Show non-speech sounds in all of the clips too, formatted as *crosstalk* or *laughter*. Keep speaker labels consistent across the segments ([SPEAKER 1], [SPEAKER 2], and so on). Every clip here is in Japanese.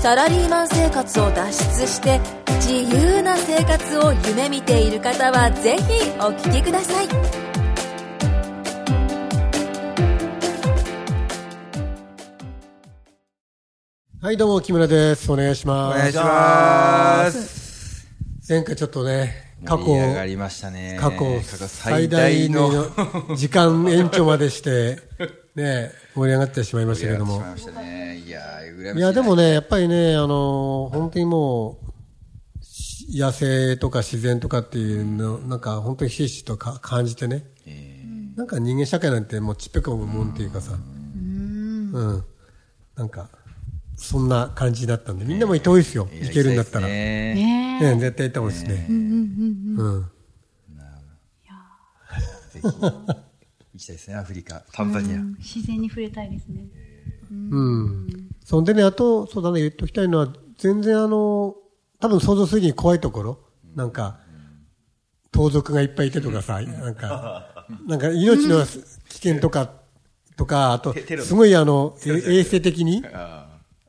[SPEAKER 1] サラリーマン生活を脱出して自由な生活を夢見ている方はぜひお聞きください
[SPEAKER 2] はい、どうも、木村です。お願いし
[SPEAKER 3] お
[SPEAKER 2] ます。
[SPEAKER 3] 願いします。
[SPEAKER 2] 前回ちょっとね、過去、
[SPEAKER 3] 盛り上がりましたね。
[SPEAKER 2] 過去
[SPEAKER 3] 最大の盛
[SPEAKER 2] の時間延長までして、ね、盛り上がってしまいまし
[SPEAKER 3] り
[SPEAKER 2] た
[SPEAKER 3] 上
[SPEAKER 2] け
[SPEAKER 3] が
[SPEAKER 2] ど
[SPEAKER 3] ってし
[SPEAKER 2] も
[SPEAKER 3] まい。ましたね。いやー、羨ましい。
[SPEAKER 2] いや、でもね、やっぱりね、あの、本当にもう、し野生とか自然とかっていうの、なんか本当にひしひしとか感じてね。なんか人間社会なんてもうちっぺこももんっていうかさ。うん。なんか、そんな感じだったんで、みんなも行ってほしいですよ。
[SPEAKER 3] いや、
[SPEAKER 2] 行けるんだったら。
[SPEAKER 3] 行きい
[SPEAKER 2] ね
[SPEAKER 3] ですね
[SPEAKER 4] ねえ。
[SPEAKER 2] 絶対行ったほしいですね。うん。
[SPEAKER 3] ぜひ行きたいですね、アフリカ、タンザニア。
[SPEAKER 4] うん自然に触れたいですね。
[SPEAKER 2] うん。そんでね、あと、そうだね、言っときたいのは、全然あの、多分想像するに怖いところ、なんか、盗賊がいっぱいいてとかさ、なん *laughs* か、なんか命の危険とか、とか、あと
[SPEAKER 3] テテロ、の
[SPEAKER 2] すごいあの、え衛生的に、
[SPEAKER 3] あ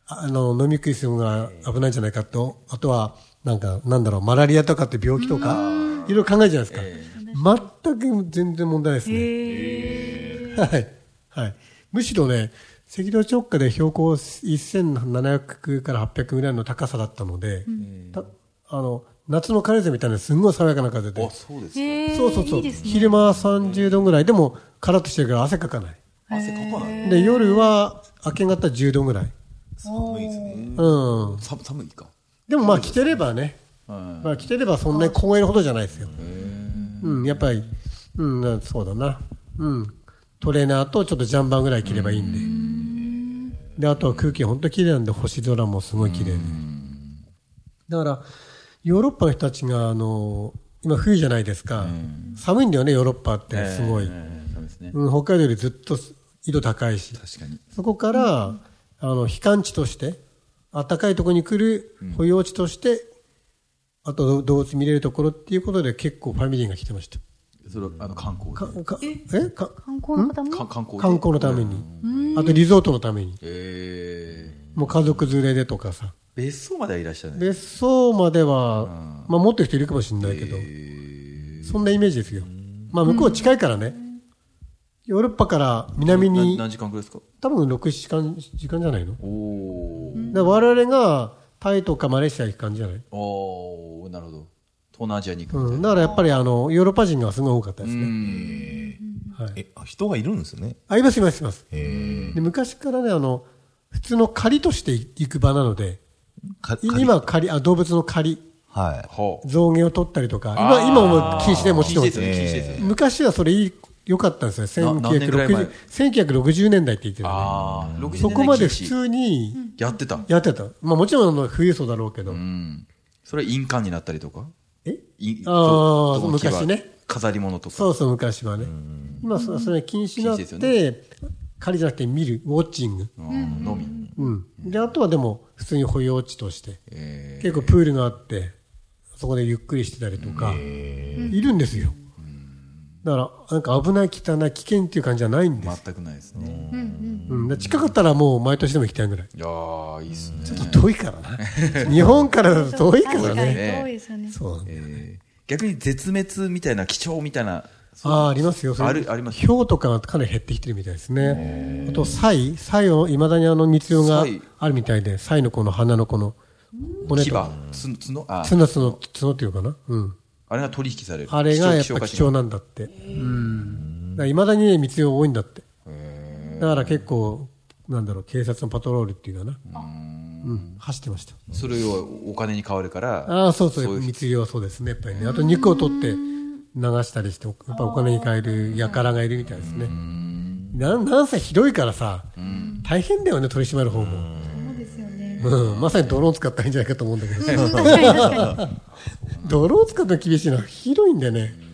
[SPEAKER 2] あの、飲み食いするのが危ないんじゃないかと、あとは、なんか、なんだろう、マラリアとかって病気とか、いろいろ考えるじゃないですか。全く全然問題ないですね。はい。はい。むしろね、赤道直下で標高1700から800ぐらいの高さだったので、たあの、夏のカレーゼみたいなすんごい爽やかな風で、
[SPEAKER 3] そうですか。
[SPEAKER 4] へえ。
[SPEAKER 2] そうそうそう
[SPEAKER 4] いいですね。
[SPEAKER 2] 昼間は30度ぐらい、でもカラッとしてるから汗かかない。
[SPEAKER 3] 汗かかない。
[SPEAKER 2] で、夜は明け方10度ぐらい。
[SPEAKER 3] 寒いですね。
[SPEAKER 2] うん。
[SPEAKER 3] 寒寒いか。
[SPEAKER 2] でもまあ着てればね、
[SPEAKER 3] うん
[SPEAKER 2] まあ着てればそんなに凍えるほどじゃないですよ。うん、やっぱり、うん、そうだな。うん。トレーナーとちょっとジャンバーぐらい着ればいいんで。で、あとは空気本当綺麗なんで星空もすごい綺麗で。だから、ヨーロッパの人たちが、あの、今冬じゃないですか。寒いんだよね、ヨーロッパってすごい。
[SPEAKER 3] えーそうですね。
[SPEAKER 2] うん、北海道よりずっと緯度高いし。
[SPEAKER 3] 確かに。
[SPEAKER 2] そこから、あの、避寒地として、暖かいところに来る保養地として、あと動物見れるところっていうことで結構ファミリーが来てました。
[SPEAKER 3] それ、あの、観光
[SPEAKER 2] か
[SPEAKER 3] で。
[SPEAKER 2] かえか
[SPEAKER 4] 観光の方も
[SPEAKER 3] か観光で
[SPEAKER 2] 観光のために。あとリゾートのために。
[SPEAKER 3] えー
[SPEAKER 2] もう家族連れでとかさ。
[SPEAKER 3] 別荘まではいらっしゃるね。
[SPEAKER 2] 別荘までは、まあ持ってる人いるかもしれないけど、そんなイメージですよ。まあ向こう近いからね。ヨーロッパから南
[SPEAKER 3] な何
[SPEAKER 2] に、
[SPEAKER 3] 時間くらいですか
[SPEAKER 2] 多分6、7時間、時間じゃないの
[SPEAKER 3] おおー。
[SPEAKER 2] で我々がタイとかマレーシア行く感じじゃない、
[SPEAKER 3] おー、なるほど。東南アジアに行くみたいな
[SPEAKER 2] うん、だからやっぱりあのヨーロッパ人がすごい多かったですね、はい、
[SPEAKER 5] え、あ人がいるんですね。
[SPEAKER 2] あいますいますいます
[SPEAKER 5] え
[SPEAKER 2] で昔からねあの普通の狩りとして行く場なので
[SPEAKER 5] か
[SPEAKER 2] い今は狩りあ動物の狩り
[SPEAKER 5] はい。
[SPEAKER 3] はあ。
[SPEAKER 2] 象牙を取ったりとか今今も禁止でもちろん
[SPEAKER 3] 禁止ですよね禁止ですよね
[SPEAKER 2] 昔はそれいい良かったんですよ
[SPEAKER 3] な何年ぐらい前
[SPEAKER 2] 1960 1960年代って言ってたね
[SPEAKER 3] ああ、60
[SPEAKER 2] そこまで普
[SPEAKER 3] 年代禁
[SPEAKER 2] 通に
[SPEAKER 3] 止やってた。
[SPEAKER 2] やってた、まあ、もちろんあの富裕層だろうけど、
[SPEAKER 3] うん。それは印鑑になったりとか
[SPEAKER 2] え
[SPEAKER 3] い
[SPEAKER 2] あー
[SPEAKER 3] どどこ
[SPEAKER 2] 昔ね。
[SPEAKER 3] 飾り物とか。
[SPEAKER 2] そうそう、昔はね。今、そそれ禁止になっ
[SPEAKER 3] 禁止で
[SPEAKER 2] て、狩りじゃなくて見る、ウォッチング。
[SPEAKER 3] うん。のみ。
[SPEAKER 2] うん。で、あとはでも、普通に保養地として。
[SPEAKER 3] え
[SPEAKER 2] 結構プールがあって、そこでゆっくりしてたりとか、いるんですよ。だから、なんか危ない、汚い、危険っていう感じじゃないんです。
[SPEAKER 3] ー全くないですね。
[SPEAKER 2] うん。だから近かったらもう毎年でも行きたいぐらい。
[SPEAKER 3] いやー、いいっすね。ちょっ
[SPEAKER 2] 遠いからな。 *laughs* 日本からだと遠いから
[SPEAKER 4] 確かに
[SPEAKER 2] ね。
[SPEAKER 4] 遠いですよね。
[SPEAKER 2] そう。
[SPEAKER 3] えー逆に絶滅みたいな、貴重みたいな。
[SPEAKER 2] ああ、ありますよ。それ
[SPEAKER 3] あるあります
[SPEAKER 2] ヒョウとかがかなり減ってきてるみたいですね。あと、サイ。サイを、いまだにあの密用が
[SPEAKER 3] サイ
[SPEAKER 2] あるみたいで、サイのこの花のこの骨
[SPEAKER 3] 牙、
[SPEAKER 2] とか、
[SPEAKER 3] つ角、あー
[SPEAKER 2] 角角、角っていうかな。うん。
[SPEAKER 3] あれが取引される。
[SPEAKER 2] あれがやっ
[SPEAKER 3] 価
[SPEAKER 2] ぱ
[SPEAKER 3] 値
[SPEAKER 2] 貴重なんだって。うん。いまだにね、密用多いんだって。だから結構、なんだろう、警察のパトロールっていうかな。うん。走ってました。
[SPEAKER 3] それをお金に変わるから。
[SPEAKER 2] ああ、そうそ
[SPEAKER 3] そういう
[SPEAKER 2] う、密漁はそうですね、やっぱりね。あと肉を取って流したりして、やっぱお金に換える輩がいるみたいですね。なん、なんせひどいからさ、大変だよね、取り締まる方も。
[SPEAKER 4] そうですよね。
[SPEAKER 2] うん、まさにドローン使ったら
[SPEAKER 4] *laughs*
[SPEAKER 2] いいんじゃないかと思うんだけど、
[SPEAKER 4] 確かに確かに。
[SPEAKER 2] *laughs* ドローン使ったら厳しいのはひどいんだよね。
[SPEAKER 3] うん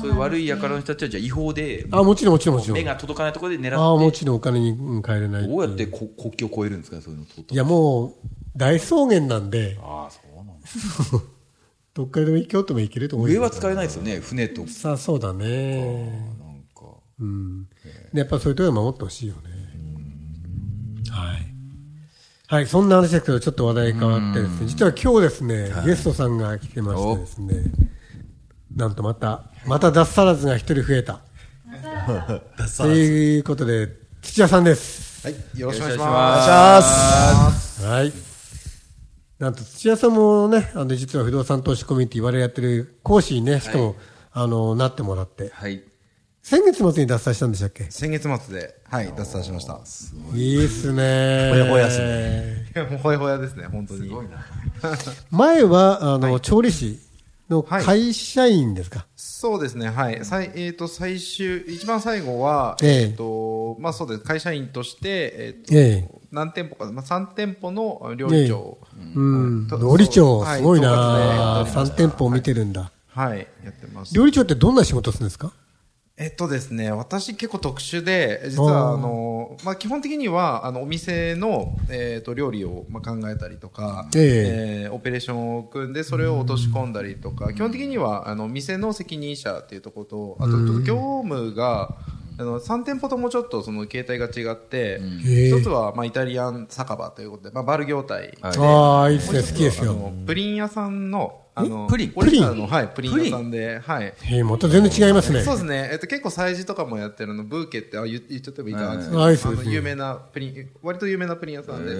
[SPEAKER 3] そういう悪い輩の人たちは、じゃあ違法で、
[SPEAKER 2] あ、もちろんもちろんもちろん。
[SPEAKER 3] 目が届かないところで狙
[SPEAKER 2] ああ、も
[SPEAKER 3] って、
[SPEAKER 2] ちろんお金にうん帰れない
[SPEAKER 3] どうやって
[SPEAKER 2] い
[SPEAKER 3] こ国境を越えるんですか、そういうのと。
[SPEAKER 2] や、もう、大草原なんで、
[SPEAKER 3] ああ、そうなんだ
[SPEAKER 2] *laughs* どっからでも京都も行けると思う
[SPEAKER 3] 上
[SPEAKER 2] よ
[SPEAKER 3] は使えないですよね、船とか。
[SPEAKER 2] さあ、そうだ
[SPEAKER 3] な
[SPEAKER 2] ね。
[SPEAKER 3] んか。
[SPEAKER 2] うん。でやっぱそういうところは守ってほしいよね。はい。はい、そんな話ですけど、ちょっと話題変わってですね、実は今日ですね、ゲストさんが来てましてですね、なんとまた、また脱サラズが一人増え
[SPEAKER 3] *laughs*
[SPEAKER 2] た。
[SPEAKER 5] ダサ
[SPEAKER 2] ということで、土屋さんです。
[SPEAKER 5] よろしくお願いし
[SPEAKER 3] お願い
[SPEAKER 5] ま
[SPEAKER 3] し
[SPEAKER 5] す。
[SPEAKER 2] はい。なんと土屋さんもね、あの、実は不動産投資コミュニティ、我々やってる講師にね、しかも、あの、なってもらって、
[SPEAKER 3] はい。
[SPEAKER 2] 先月末に脱サラしたんでしたっけ
[SPEAKER 5] 先月末で、はい、脱サしました。
[SPEAKER 2] いいっすね。
[SPEAKER 5] ほやほやっす
[SPEAKER 2] ね。
[SPEAKER 5] いやもう *laughs* ほやほやですね、本当に。
[SPEAKER 2] 前は、あの、調理師の会社員ですか。
[SPEAKER 5] そうですね、はい。最、えっ、と、最終、一番最後は、
[SPEAKER 2] ええ
[SPEAKER 5] えっ、と、まあそうです、会社員として、えっ、と、
[SPEAKER 2] ええ
[SPEAKER 5] 何店舗か、まあ3店舗の料理長。
[SPEAKER 2] うん。
[SPEAKER 5] と
[SPEAKER 2] 料理長、
[SPEAKER 5] はい
[SPEAKER 2] すごい
[SPEAKER 5] 統括
[SPEAKER 2] な
[SPEAKER 5] でやっておりま
[SPEAKER 2] 三
[SPEAKER 5] した
[SPEAKER 2] 店舗を見てるんだ。
[SPEAKER 5] はい、やってます。
[SPEAKER 2] 料理長ってどんな仕事するんですか
[SPEAKER 5] えっとですね、私結構特殊で、実は
[SPEAKER 2] おー
[SPEAKER 5] あの、まあ、基本的には、あの、お店の、えっ、と、料理を、まあ、考えたりとか、
[SPEAKER 2] え
[SPEAKER 5] えーオペレーションを組んで、それを落とし込んだりとか、基本的には、あの、店の責任者っていうところと、あと、ちょっと業務が、あの、3店舗ともちょっとその、形態が違っ
[SPEAKER 2] へ
[SPEAKER 5] て、
[SPEAKER 2] ー
[SPEAKER 5] 一つは、まあ、イタリアン酒場ということで、まあ、バル業態。
[SPEAKER 3] はい
[SPEAKER 2] ああ、いいっすね。好きです
[SPEAKER 5] あ
[SPEAKER 2] よ
[SPEAKER 5] の。プリン屋さんの、あの、
[SPEAKER 3] プリン
[SPEAKER 5] オリジナルの、
[SPEAKER 2] プ
[SPEAKER 5] はい、プリン屋さんで、はい。
[SPEAKER 2] ええ、また全然違いますね
[SPEAKER 5] そ。うですね。えっと、結構催事とかもやってるの、ブーケって、あ、言言っちゃってもいいかなですけど
[SPEAKER 2] はい
[SPEAKER 5] あ
[SPEAKER 2] そうです
[SPEAKER 5] の、
[SPEAKER 2] ね
[SPEAKER 5] 有名なプリン、割と有名なプリン屋さんで、
[SPEAKER 2] へ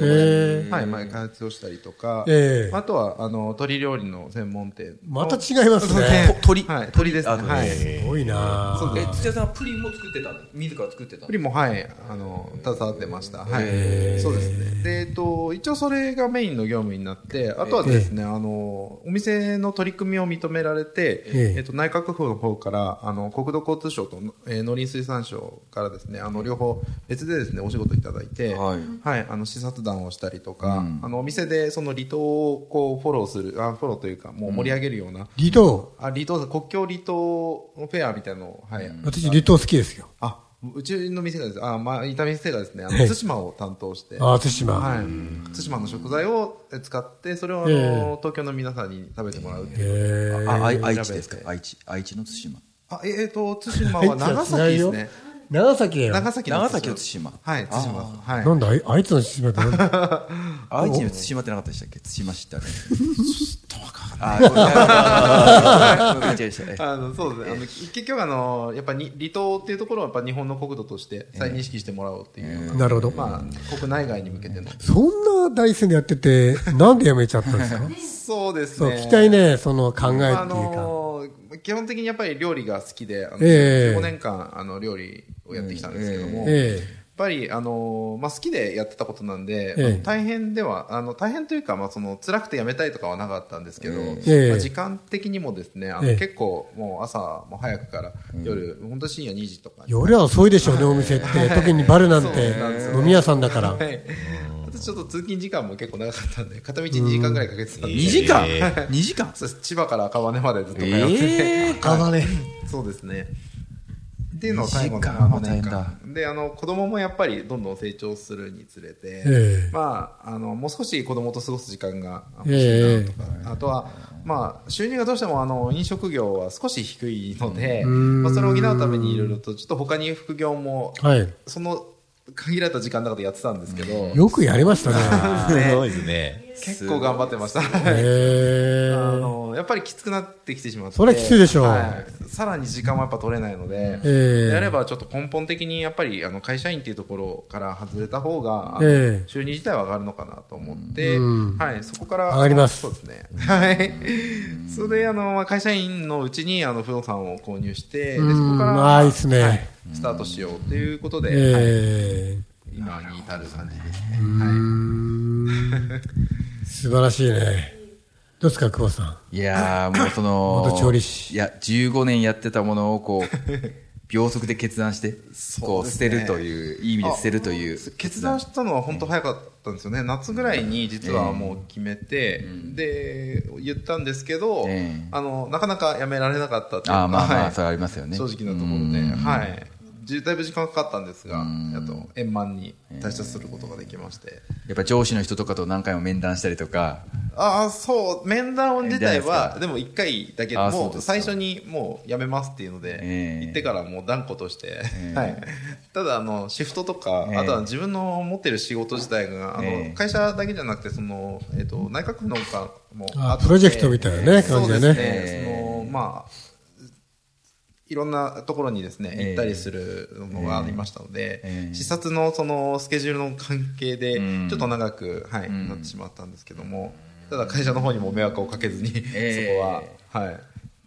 [SPEAKER 2] ー
[SPEAKER 5] はい、前開発をしたりとか、
[SPEAKER 2] ええ
[SPEAKER 5] あとは、あの、鶏料理の専門店。
[SPEAKER 2] また違います
[SPEAKER 5] そうです
[SPEAKER 2] ね。
[SPEAKER 5] ね
[SPEAKER 3] と鳥
[SPEAKER 5] はい、鶏ですね。
[SPEAKER 3] あ鳥
[SPEAKER 5] はい。
[SPEAKER 2] すごいな
[SPEAKER 5] そう
[SPEAKER 3] え、土屋さんはプリンも作ってたの自ら作ってたの
[SPEAKER 5] プリンも、はい、あの、携わってました。はい。そうですね。で、えっと、一応それがメインの業務になって、あとはですね、あの、お店の取り組みを認められて、
[SPEAKER 2] ええ
[SPEAKER 5] えっと、内閣府の方から、あの、国土交通省と、えー農林水産省からですね、あの、両方別でですね、お仕事いただいて、
[SPEAKER 3] はい
[SPEAKER 5] はい、あの、視察団をしたりとか、あの、お店でその離島をこう、フォローする、あ、フォローというか、もう盛り上げるような、
[SPEAKER 2] 離島。
[SPEAKER 5] あ、離島、国境離島フェアみたいなのを、はい、
[SPEAKER 2] 私、離島好きですよ。
[SPEAKER 5] あ、うちの店がです、あ、まあ、いた店がですね、あの、
[SPEAKER 2] はい
[SPEAKER 5] 対馬を担当して、
[SPEAKER 2] あ
[SPEAKER 5] は
[SPEAKER 2] あ、対馬。
[SPEAKER 5] い。対馬の食材をえ使って、それをあの、
[SPEAKER 2] ええ
[SPEAKER 5] 東京の皆さんに食べてもらうって
[SPEAKER 2] へ
[SPEAKER 5] いう。
[SPEAKER 2] え。
[SPEAKER 3] あ、あい愛知ですか愛知。愛知の対馬。
[SPEAKER 5] あ、ええーと、対馬は長崎ですね。。
[SPEAKER 2] 長崎だよ。
[SPEAKER 5] 長崎なん
[SPEAKER 3] 長
[SPEAKER 5] です
[SPEAKER 3] 崎の対馬。
[SPEAKER 5] はい、対馬。はい。
[SPEAKER 2] なんだ、あいあいつの対馬ってなん
[SPEAKER 5] *laughs*
[SPEAKER 2] だ
[SPEAKER 3] 愛知の対馬ってなかったでしたっけ対馬市ってあれ。あ、ちょっとわかんない。
[SPEAKER 5] あのそうですね、あの結局あの、やっぱり離島っていうところはやっぱ日本の国土として再認識してもらおうっていう、
[SPEAKER 2] なるほど。
[SPEAKER 5] まあ、国内外に向けての、
[SPEAKER 2] そんな大戦でやってて、なんでやめちゃったんですか
[SPEAKER 5] そうです
[SPEAKER 2] そう、
[SPEAKER 5] ね、
[SPEAKER 2] 聞きたいね、その考えっていう
[SPEAKER 5] あ
[SPEAKER 2] か。
[SPEAKER 5] のー基本的にやっぱり料理が好きで、あの
[SPEAKER 2] ええ
[SPEAKER 5] 15年間あの料理をやってきたんですけども、やっ
[SPEAKER 2] え
[SPEAKER 5] ぱり、あのーまあ、好きでやってたことなんで、
[SPEAKER 2] ええ
[SPEAKER 5] あの大変ではあの大変というか、まあ、その辛くてやめたいとかはなかったんですけど、
[SPEAKER 2] え
[SPEAKER 5] まあ、時間的にもですねあの、
[SPEAKER 2] ええ
[SPEAKER 5] 結構もう朝も早くから夜、本当深夜2時と
[SPEAKER 2] え。
[SPEAKER 5] かに
[SPEAKER 2] 夜は遅いでしょう
[SPEAKER 5] *laughs*
[SPEAKER 2] ね、お店って。特にバルなんて
[SPEAKER 5] そうなんです、よ
[SPEAKER 2] 飲み屋さんだから。
[SPEAKER 5] はいあとちょっと通勤時間も結構長かったんで片道2時間ぐらいかけてたんで、
[SPEAKER 3] 2時間 ?2 時間
[SPEAKER 5] そうです千葉から赤羽までずっと通ってて、
[SPEAKER 3] ええ。
[SPEAKER 2] あね。
[SPEAKER 5] *laughs* そうですね。っていうのを最後の
[SPEAKER 3] 二時間も
[SPEAKER 5] 5年
[SPEAKER 3] 大
[SPEAKER 5] 間。で、あの、子供もやっぱりどんどん成長するにつれて、
[SPEAKER 2] ええ
[SPEAKER 5] まあ、あの、もう少し子供と過ごす時間が欲しいなとか、あとは、まあ、収入がどうしても、あの、飲食業は少し低いので、まあ、それを補うためにいろいろと、ちょっと他に副業も、
[SPEAKER 2] はい。
[SPEAKER 5] その、限られた時間の中でやってたんですけど、
[SPEAKER 2] よくやりましたね。
[SPEAKER 5] ね
[SPEAKER 6] いですね。
[SPEAKER 5] 結構頑張ってました。
[SPEAKER 2] え
[SPEAKER 5] あ
[SPEAKER 2] え。
[SPEAKER 5] のやっぱりきつくなってきてしまって
[SPEAKER 2] それはきついでしょう
[SPEAKER 5] はいさらに時間もやっぱ取れないので、
[SPEAKER 2] ええ
[SPEAKER 5] であればちょっと根本的にやっぱりあの会社員っていうところから外れた方が、あの
[SPEAKER 2] ええ
[SPEAKER 5] 収入自体は上がるのかなと思って、
[SPEAKER 2] うん
[SPEAKER 5] はい、そこから
[SPEAKER 2] 上がります
[SPEAKER 5] そうですね *laughs* はいそれであのまあ会社員のうちにあの不動産を購入してでそ
[SPEAKER 2] うん
[SPEAKER 5] こから、
[SPEAKER 2] あーいいっすね
[SPEAKER 5] はいスタートしようということで、はい
[SPEAKER 2] え
[SPEAKER 5] 今に至る感じです
[SPEAKER 2] え。う
[SPEAKER 5] ね、
[SPEAKER 2] ーん。素晴らしいね。どうですか、久保さん。
[SPEAKER 3] いやー、もうその、
[SPEAKER 2] 元調理師
[SPEAKER 3] いや、15年やってたものをこう、秒速で決断して、こ
[SPEAKER 5] そう
[SPEAKER 3] う
[SPEAKER 5] で
[SPEAKER 3] 捨
[SPEAKER 5] す
[SPEAKER 3] て
[SPEAKER 5] ね
[SPEAKER 3] るという、いい意味で捨てるという。
[SPEAKER 5] 決断したのは本当早かったんですよね、夏ぐらいに実はもう決めて、で言ったんですけど、
[SPEAKER 3] ええ
[SPEAKER 5] あのなかなかやめられなかったっていう
[SPEAKER 3] ああ、まあま
[SPEAKER 5] は
[SPEAKER 3] あ、
[SPEAKER 5] い
[SPEAKER 3] それはありますよね。
[SPEAKER 5] 正直なところで、
[SPEAKER 3] うん
[SPEAKER 5] はい、じだいぶ時間かかったんですが、
[SPEAKER 3] うん
[SPEAKER 5] やっと円満に達成することができまして、
[SPEAKER 3] やっぱ上司の人とかと何回も面談したりとか、
[SPEAKER 5] ああそう面談自体は
[SPEAKER 3] え
[SPEAKER 5] でも1回だけで
[SPEAKER 3] あそう
[SPEAKER 5] も
[SPEAKER 3] です
[SPEAKER 5] う
[SPEAKER 3] か
[SPEAKER 5] 最初にもうやめますっていうので、
[SPEAKER 3] ええ
[SPEAKER 5] 行ってからもう断固として、
[SPEAKER 3] ええ
[SPEAKER 5] はい、ただあのシフトとか、
[SPEAKER 3] ええ
[SPEAKER 5] あとは自分の持ってる仕事自体があの、
[SPEAKER 3] ええ
[SPEAKER 5] 会社だけじゃなくてその、えっと内閣府のかも
[SPEAKER 2] あ
[SPEAKER 5] って
[SPEAKER 2] プロジェクトみたいなね感じだね
[SPEAKER 5] そうですね、
[SPEAKER 3] え
[SPEAKER 5] そのまあいろんなところにですね
[SPEAKER 3] ええ
[SPEAKER 5] 行ったりするのがありましたので、
[SPEAKER 3] ええ
[SPEAKER 5] 視察のそのスケジュールの関係で
[SPEAKER 3] うん
[SPEAKER 5] ちょっと長く、はい
[SPEAKER 3] ん
[SPEAKER 5] なってしまったんですけどもただ会社の方にも迷惑をかけずに、
[SPEAKER 3] ええ
[SPEAKER 5] そこは、はい、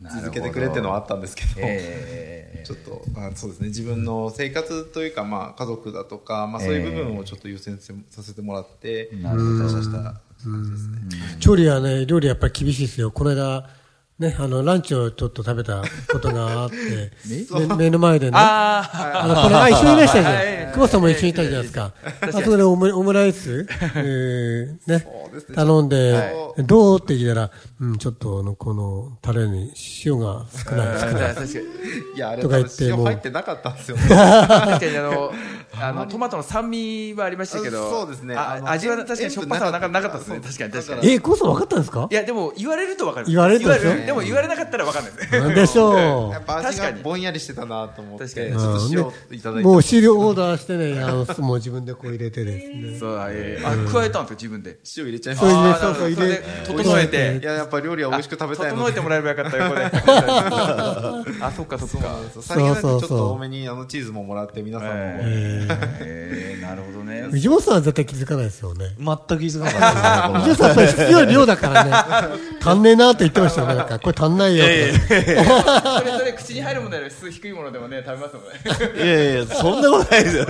[SPEAKER 3] なるほど
[SPEAKER 5] 続けてくれっていうのはあったんですけど、
[SPEAKER 3] ええ
[SPEAKER 5] ちょっと、まあ、そうですね自分の生活というか、まあ、家族だとか、まあ、そういう部分をちょっと優先せさせてもらって
[SPEAKER 3] なるほど
[SPEAKER 5] 感謝した感じですね。
[SPEAKER 2] 調理はね、料理やっぱり厳しいですよ。この間、ね、あの、ランチをちょっと食べたことがあって、め目の前でね、
[SPEAKER 3] あ
[SPEAKER 2] あの、これ、あ、一緒にいらしたじ
[SPEAKER 3] はい
[SPEAKER 2] ゃん。久保さんも一緒にいたじゃないですか。あそこでオムオムライス、えーね
[SPEAKER 5] そうです、ね
[SPEAKER 2] 頼んで
[SPEAKER 5] は、
[SPEAKER 2] どうって聞いたら、うん、ちょっとあの、この、タレに塩が少ない、少ない。
[SPEAKER 3] あ、確かに。
[SPEAKER 5] いやあれ
[SPEAKER 2] と
[SPEAKER 5] 多
[SPEAKER 2] か言
[SPEAKER 5] 分
[SPEAKER 2] って
[SPEAKER 5] 塩
[SPEAKER 2] もう
[SPEAKER 5] 入ってなかったんですよね。
[SPEAKER 3] 確かにあの、あの、トマトの酸味はありましたけど、
[SPEAKER 5] あそうですね
[SPEAKER 3] あ
[SPEAKER 5] あの
[SPEAKER 3] 味は確かに
[SPEAKER 5] 塩
[SPEAKER 3] しょっぱさはなかなかったですね。
[SPEAKER 5] 塩分
[SPEAKER 3] 確かに確か
[SPEAKER 5] だ
[SPEAKER 3] に。
[SPEAKER 2] え、久保さん分かったんですか
[SPEAKER 3] いや、でも言われるとわかる。
[SPEAKER 2] 言われるとでしょ
[SPEAKER 3] 言わでも言われなかったらわかんないですね。
[SPEAKER 2] なんでしょ
[SPEAKER 5] やっぱ味
[SPEAKER 3] 確か
[SPEAKER 5] が
[SPEAKER 3] に
[SPEAKER 5] ぼんやりしてたなと思って、
[SPEAKER 3] 確かに
[SPEAKER 5] ちょっと塩をいただ
[SPEAKER 2] う。
[SPEAKER 5] いて。
[SPEAKER 2] もう資料オーダーしてね、あの、もう自分でこう入れてですね。
[SPEAKER 3] そう、ええあ、加えたんですか、自分で。
[SPEAKER 5] 塩入れちゃいま
[SPEAKER 2] そう
[SPEAKER 5] す。
[SPEAKER 2] 入れ
[SPEAKER 3] あ
[SPEAKER 2] そうそう
[SPEAKER 3] ーなるほどそれ
[SPEAKER 2] 入
[SPEAKER 3] で
[SPEAKER 2] れ
[SPEAKER 3] 整えて
[SPEAKER 5] いや、やっぱ料理は美味しく食べたいの
[SPEAKER 3] 整
[SPEAKER 5] で
[SPEAKER 3] え。てもらえばよかったよ、これ。あ、そっかそっか。
[SPEAKER 5] 最近なんかちょ
[SPEAKER 2] そう
[SPEAKER 5] っ
[SPEAKER 2] そうそ
[SPEAKER 5] と
[SPEAKER 2] う
[SPEAKER 5] 多めにあのチーズももらって皆さんも、
[SPEAKER 3] ええええなるほどね。
[SPEAKER 2] 藤本さんは絶対気づかないですよね。
[SPEAKER 6] 全く気づかなかったですねこの
[SPEAKER 2] 藤本さんはそれ必要量だから
[SPEAKER 5] *laughs*
[SPEAKER 2] ね。足んねえなって言ってましたよね。なんか、これ足んないよって。
[SPEAKER 3] それそれ口に入るものより普通低いものでもね、食べますもんね。
[SPEAKER 6] いやいや、そんなことないですよ。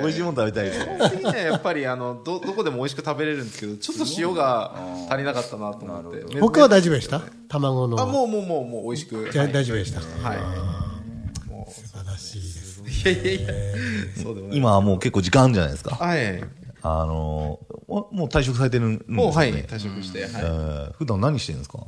[SPEAKER 6] *laughs* 美味しいもの食べたいですよ。
[SPEAKER 5] 次にはやっぱりあのどどこでも美味しく食べれるんですけどちょっと塩が足りなかったなと思ってめ
[SPEAKER 2] 僕は大丈夫でした卵の。
[SPEAKER 5] あもうもうもうもう美味しく
[SPEAKER 2] じゃあ
[SPEAKER 5] はい
[SPEAKER 2] 大丈夫でした。
[SPEAKER 5] はいも
[SPEAKER 2] 素晴らしいです。
[SPEAKER 5] ういやいやいやそうでもない
[SPEAKER 6] 今はもう結構時間あるんじゃないですか。
[SPEAKER 5] はい
[SPEAKER 6] あのー、わもう退職されてるんですか、ね、
[SPEAKER 5] もうはい退職して、
[SPEAKER 6] え
[SPEAKER 5] はい
[SPEAKER 6] ー普段何してるんですか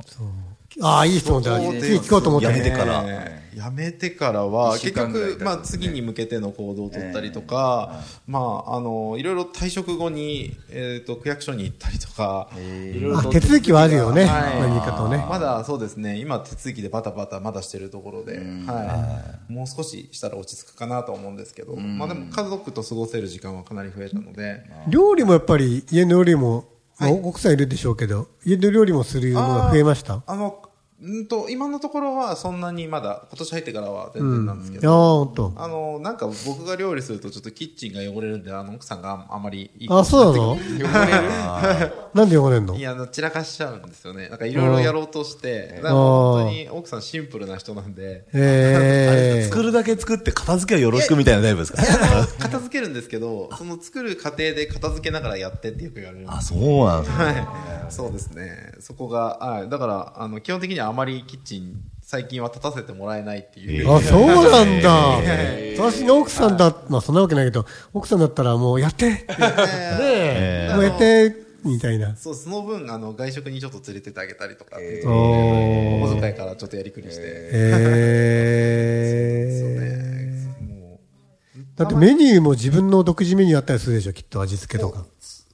[SPEAKER 2] ああ、いい質問だ。
[SPEAKER 5] そうです
[SPEAKER 2] 次聞こうと思って。
[SPEAKER 6] やめてから
[SPEAKER 5] ねやめてからは
[SPEAKER 3] 一週
[SPEAKER 5] 結
[SPEAKER 3] 間ぐらい
[SPEAKER 5] 局、まあ、次に向けての行動を取ったりとか、まあ、あのいろいろ退職後に、えー、と区役所に行ったりとか、いろいろと
[SPEAKER 2] あ手続きはあるよね
[SPEAKER 5] はい
[SPEAKER 2] まあ言い方をね
[SPEAKER 5] まだそうですね今手続きでバタバタまだしてるところで、はい、もう少ししたら落ち着くかなと思うんですけど、まあ、でも家族と過ごせる時間はかなり増えたので。
[SPEAKER 2] 料理もやっぱり、家の料理も、まあ奥さんいるでしょうけど、家の料理もするものが増えました。
[SPEAKER 5] あのうんと今のところはそんなにまだ今年入ってからは全然なんですけ
[SPEAKER 2] あ
[SPEAKER 5] ど、
[SPEAKER 2] あ、ほんと。
[SPEAKER 5] あの、なんか僕が料理するとちょっとキッチンが汚れるんで、あの奥さんがあんまりいい
[SPEAKER 2] あそうなの
[SPEAKER 5] 汚れる
[SPEAKER 2] なんで汚れんの
[SPEAKER 5] いや、あの散らかしちゃうんですよね。なんかいろいろやろうとして、なんか本当に奥さんシンプルな人なんで、
[SPEAKER 2] ええ
[SPEAKER 6] 作るだけ作って片付けはよろしくみたいなタイプですか
[SPEAKER 5] あの片付けるんですけど、その作る過程で片付けながらやってってよく言われるんで
[SPEAKER 6] あ、
[SPEAKER 5] す。
[SPEAKER 6] そうなん
[SPEAKER 5] *laughs*
[SPEAKER 6] ですね。
[SPEAKER 5] はい。そうですね。そこが、はい。だから、あの、基本的にはあまりキッチン、最近は立たせてもらえないっていう。
[SPEAKER 2] あ、そうなんだ。私の奥さんだ、まあそんなわけないけど、奥さんだったらもうやってってねえ
[SPEAKER 6] え、
[SPEAKER 2] もうやって、みたいな。
[SPEAKER 5] そう、その分、あの、外食にちょっと連れてってあげたりとかっていう
[SPEAKER 2] お
[SPEAKER 5] お
[SPEAKER 2] ー
[SPEAKER 5] 小遣いからちょっとやりくりして。
[SPEAKER 2] ええ。だってメニューも自分の独自メニューあったりするでしょ、きっと味付けとか。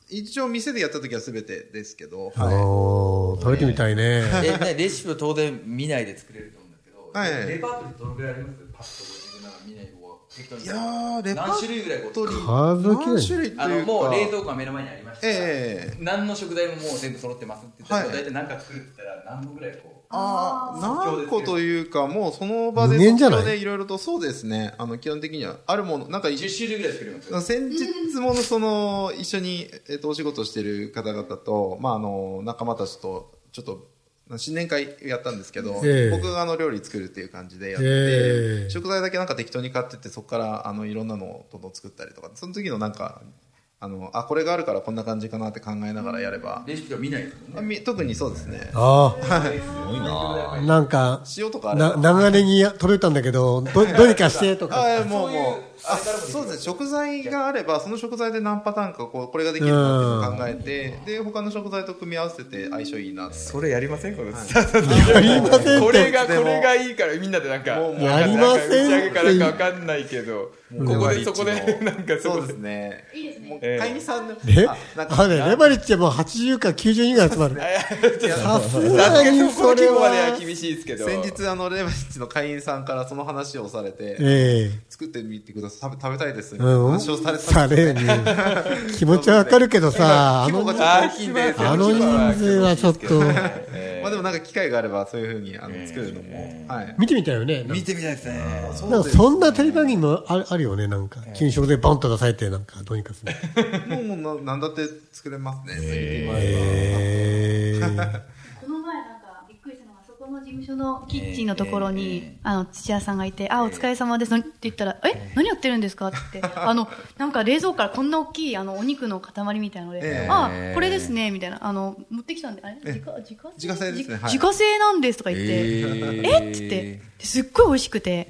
[SPEAKER 5] 一応店でやった時は全てですけど、
[SPEAKER 2] あ
[SPEAKER 5] は
[SPEAKER 2] おー食べてみたいね。
[SPEAKER 3] えねレシピを当然見ないで作れると思うんだけど、
[SPEAKER 5] はい
[SPEAKER 3] レパートリーどのぐらいありますパッとご自分なら見ない方が適当に
[SPEAKER 5] い、いやーレパ
[SPEAKER 3] 何種類ぐらいこ
[SPEAKER 5] ートリ
[SPEAKER 2] 数切れない
[SPEAKER 5] ー何種類と
[SPEAKER 3] あ
[SPEAKER 5] い
[SPEAKER 3] の
[SPEAKER 5] うか
[SPEAKER 3] もう冷凍庫は目の前にありましたから、
[SPEAKER 5] ええ
[SPEAKER 3] 何の食材ももう全部揃ってますって言ったら、
[SPEAKER 5] はい
[SPEAKER 3] 大体何か作るって言ったら何個ぐらいこう
[SPEAKER 5] ああ何個というかもうその場で
[SPEAKER 2] 無限じゃない
[SPEAKER 5] 即興でいろいろとそうですねあの基本的にはあるものなんか一
[SPEAKER 3] 10種類ぐらい作れますよ
[SPEAKER 5] 先日もその一緒に、えっと、お仕事してる方々と、まあ、あの仲間たちとちょっと新年会やったんですけど、
[SPEAKER 2] ええ
[SPEAKER 5] 僕があの料理作るっていう感じでやって、
[SPEAKER 2] ええ
[SPEAKER 5] 食材だけなんか適当に買ってってそこからあのいろんなのをどんどん作ったりとかその時のなんかあの、あ、これがあるからこんな感じかなって考えながらやれば。
[SPEAKER 3] レシピが見ないですもんね
[SPEAKER 5] あみ特にそうですね。
[SPEAKER 2] あ
[SPEAKER 6] すごいな
[SPEAKER 2] あ、なんか、
[SPEAKER 5] 塩とかあれば
[SPEAKER 2] な流れに取れたんだけど、どどうにかしてとか。
[SPEAKER 5] あもうもうあそうですね食材があればその食材で何パターンかこうこれができるなって考えてで他の食材と組み合わせて相性いいなって
[SPEAKER 7] それやりませんこのス
[SPEAKER 2] やりません
[SPEAKER 7] こ
[SPEAKER 2] っ
[SPEAKER 7] れ
[SPEAKER 2] て。
[SPEAKER 7] がこれがいいからみんなでなんか
[SPEAKER 5] もうもう
[SPEAKER 7] なんか
[SPEAKER 2] やりませんって
[SPEAKER 7] 打ち上げからかわかんないけどここでそこでなんかそ
[SPEAKER 5] そう
[SPEAKER 7] こ
[SPEAKER 5] で
[SPEAKER 7] です
[SPEAKER 5] ねもう
[SPEAKER 7] ええ
[SPEAKER 5] かゆみさんの
[SPEAKER 2] え
[SPEAKER 5] あなん
[SPEAKER 2] あ
[SPEAKER 5] か
[SPEAKER 2] れ、レバレッジはもう80か90人が集まる。さす
[SPEAKER 7] さ
[SPEAKER 2] が
[SPEAKER 7] すがに
[SPEAKER 2] に
[SPEAKER 7] そこ
[SPEAKER 2] そ
[SPEAKER 7] の規
[SPEAKER 2] れ
[SPEAKER 7] 模までは
[SPEAKER 2] は。
[SPEAKER 7] 厳しいですけど
[SPEAKER 5] 先日あのレバレッジの会員さんからその話をされて
[SPEAKER 2] ええ。
[SPEAKER 5] 作ってみてください食べ食べたいですって
[SPEAKER 2] うん。
[SPEAKER 5] 話をされた
[SPEAKER 2] されね。気持ちはわかるけどさ、あ
[SPEAKER 5] 規模
[SPEAKER 2] の
[SPEAKER 5] が、ちょっと
[SPEAKER 7] あ
[SPEAKER 5] 大きいんで
[SPEAKER 2] あの人数はちょっと、
[SPEAKER 5] まあでもなんか機会があればそういうふうにあの作るのもはい
[SPEAKER 2] 見てみたいよね。
[SPEAKER 3] 見てみたいですね
[SPEAKER 2] なんかそんなテレビ番組もあるあるよね、なんか。金賞でバンと出されて、なんか、どうにかする。
[SPEAKER 5] もうもうななんだって作れますね
[SPEAKER 2] へー
[SPEAKER 4] *laughs* この前なんかびっくりしたのがそこの事務所のキッチンのところに、あの土屋さんがいて「あお疲れ様です」って言ったら「え何やってるんですか?」って
[SPEAKER 5] *laughs*
[SPEAKER 4] 言ってあのなんか冷蔵庫からこんな大きいあのお肉の塊みたいので「
[SPEAKER 5] ええ
[SPEAKER 4] あこれですね」みたいなあの持ってきたんであれ自家自家
[SPEAKER 5] 自家製ですねはい
[SPEAKER 4] 自家製なんですとか言って「えっ?」つってですっごい美味しくて、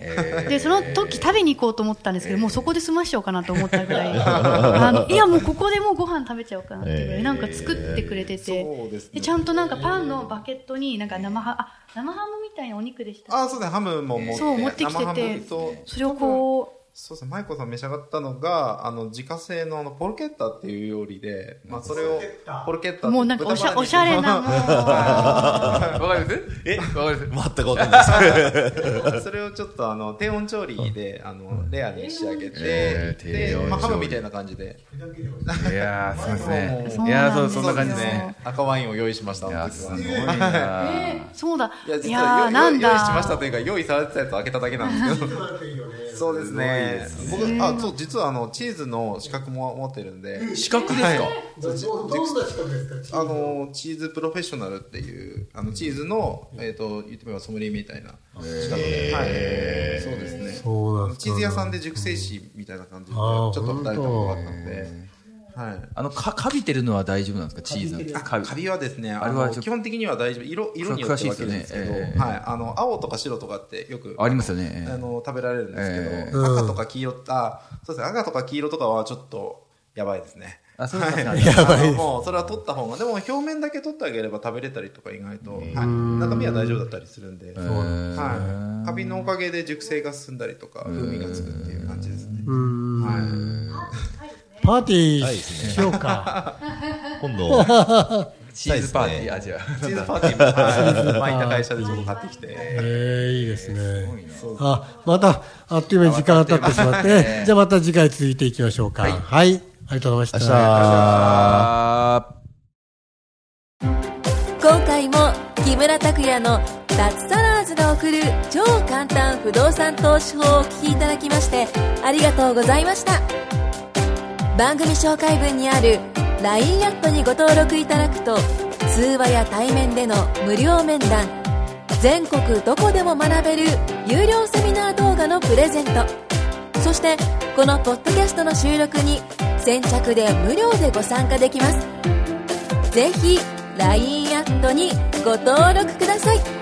[SPEAKER 4] でその時食べに行こうと思ったんですけど、もうそこで済ましちゃおうかなと思ったぐら
[SPEAKER 5] *laughs*
[SPEAKER 4] いあのいやもうここでもうご飯食べちゃおうかなっていうぐらいなんか作ってくれてて、
[SPEAKER 5] そうですね
[SPEAKER 4] でちゃんとなんかパンのバケットになんか生ハム、あ生ハムみたいなお肉でした。
[SPEAKER 5] あそうですねハムも持って
[SPEAKER 4] そう持ってきてて
[SPEAKER 5] 生ハムと
[SPEAKER 4] それをこ
[SPEAKER 5] そうですね、マイコさん召し上がったのが、あの、自家製のあの、ポルケッタっていう料理で、まあ、それを、ポルケッタって
[SPEAKER 4] うもうなんかおしゃおしゃれ
[SPEAKER 5] *laughs*
[SPEAKER 4] なもう。
[SPEAKER 7] わかりますえわかります
[SPEAKER 6] 全くわかんないです。 *laughs*
[SPEAKER 5] 豚バラ肉それをちょっとあの、低温調理で、あの、レアに仕上げて、
[SPEAKER 7] えー低
[SPEAKER 5] で
[SPEAKER 7] 温調、理
[SPEAKER 5] まあ、ハムみたいな感じで、
[SPEAKER 7] いやー、そうです
[SPEAKER 4] そうなんですよ
[SPEAKER 7] ね。いやー、そう、そんな感じですね。。
[SPEAKER 5] 赤ワインを用意しました、
[SPEAKER 7] い
[SPEAKER 5] あ
[SPEAKER 7] やー、
[SPEAKER 5] の時
[SPEAKER 7] す
[SPEAKER 5] は
[SPEAKER 7] ごいなー。
[SPEAKER 4] そうだ
[SPEAKER 5] いや、。実
[SPEAKER 4] い
[SPEAKER 5] は
[SPEAKER 4] や
[SPEAKER 5] よ
[SPEAKER 4] ーな
[SPEAKER 5] 用
[SPEAKER 4] ん
[SPEAKER 5] 意しました
[SPEAKER 4] だ。
[SPEAKER 5] というか、用意されてたやつを開けただけなんですけど。そうですね。僕、あ、そう、実はあの、チーズの資格も持ってるんで。資格ですか、あの、チーズプロフェッショナルっていう、あの、チーズの、えっ、と、言ってみればソムリエみたいな資格で。はい。そうですね。
[SPEAKER 2] そうなんですか
[SPEAKER 5] チーズ屋さんで熟成師みたいな感じで、ち
[SPEAKER 2] あ
[SPEAKER 5] ょ
[SPEAKER 2] ー
[SPEAKER 5] っと歌えたことがあったので。はい。
[SPEAKER 3] あのかかびてるのは大丈夫なんですかチーズの
[SPEAKER 5] カ
[SPEAKER 3] か
[SPEAKER 5] ビ
[SPEAKER 3] び
[SPEAKER 5] はですね、あ
[SPEAKER 3] あれ
[SPEAKER 5] の
[SPEAKER 3] はちょっと
[SPEAKER 5] 基本的には大丈夫。色、色によって分けるんですけ
[SPEAKER 3] 詳しいですよねえ
[SPEAKER 5] ど、
[SPEAKER 3] え
[SPEAKER 5] はい。あの、青とか白とかってよく、
[SPEAKER 3] ありますよねえ
[SPEAKER 5] あ
[SPEAKER 3] え
[SPEAKER 5] の、食べられるんですけ
[SPEAKER 2] ええ
[SPEAKER 5] ど、赤とか黄色、あ、そうですね、赤とか黄色とかはちょっと、やばいですね。
[SPEAKER 3] あそうですね
[SPEAKER 5] やばいもう、それは取った方が、でも表面だけ取ってあげれば食べれたりとか意外と、はい。中身は大丈夫だったりするんで、はい。カビのおかげで熟成が進んだりとか、風味がつくっていう感じですね。はい。
[SPEAKER 2] パーティーしようか。
[SPEAKER 6] 今度、
[SPEAKER 7] チーズパーティー、あ、違う。
[SPEAKER 5] チーズパーティーもはい、まあ、いた会社でちょっと買ってきて。
[SPEAKER 2] ええ、いいですね。あ、また、あっという間に時間が経ってしまって、じゃあまた次回続いていきましょうか。はい。ありがとうございました。
[SPEAKER 7] あー。
[SPEAKER 1] 今回も木村拓哉の脱サラーズが送る超簡単不動産投資法をお聞きいただきましてありがとうございました番組紹介文にある LINE アットにご登録いただくと通話や対面での無料面談全国どこでも学べる有料セミナー動画のプレゼントそしてこのポッドキャストの収録に先着で無料でご参加できますぜひ LINE アットにご登録ください